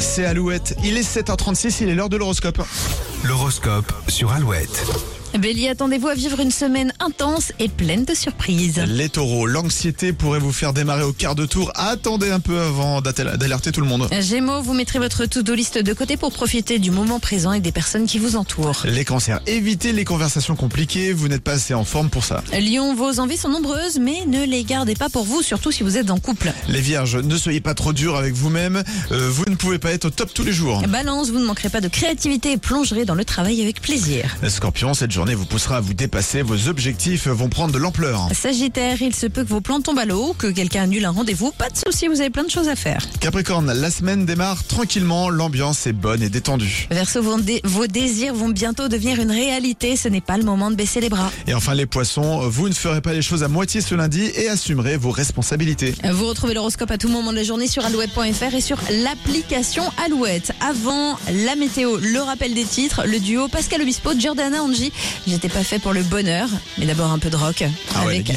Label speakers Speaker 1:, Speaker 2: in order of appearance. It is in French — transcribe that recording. Speaker 1: c'est Alouette. Il est 7h36, il est l'heure de l'horoscope.
Speaker 2: L'horoscope sur Alouette.
Speaker 3: Bélier, attendez-vous à vivre une semaine intense et pleine de surprises.
Speaker 1: Les taureaux, l'anxiété pourrait vous faire démarrer au quart de tour. Attendez un peu avant d'atel- d'alerter tout le monde.
Speaker 3: Gémeaux, vous mettrez votre to-do list de côté pour profiter du moment présent et des personnes qui vous entourent.
Speaker 1: Les cancers, évitez les conversations compliquées, vous n'êtes pas assez en forme pour ça.
Speaker 3: Lyon, vos envies sont nombreuses, mais ne les gardez pas pour vous, surtout si vous êtes en couple.
Speaker 1: Les vierges, ne soyez pas trop dur avec vous-même, euh, vous ne pouvez pas être au top tous les jours.
Speaker 3: Balance, vous ne manquerez pas de créativité et plongerez dans le travail avec plaisir.
Speaker 1: Scorpion, cette journée vous poussera à vous dépasser, vos objectifs vont prendre de l'ampleur.
Speaker 3: Sagittaire, il se peut que vos plans tombent à l'eau, que quelqu'un annule un rendez-vous, pas de souci, vous avez plein de choses à faire.
Speaker 1: Capricorne, la semaine démarre tranquillement, l'ambiance est bonne et détendue.
Speaker 3: Verseau, vos, dé- vos désirs vont bientôt devenir une réalité, ce n'est pas le moment de baisser les bras.
Speaker 1: Et enfin les poissons, vous ne ferez pas les choses à moitié ce lundi et assumerez vos responsabilités.
Speaker 3: Vous retrouvez l'horoscope à tout moment de la journée sur alouette.fr et sur l'application Alouette. Avant la météo, le rappel des titres, le duo Pascal Obispo, Giordana Angie. J'étais pas fait pour le bonheur, mais d'abord un peu de rock
Speaker 1: Ah ouais, la
Speaker 3: avec
Speaker 1: guitare.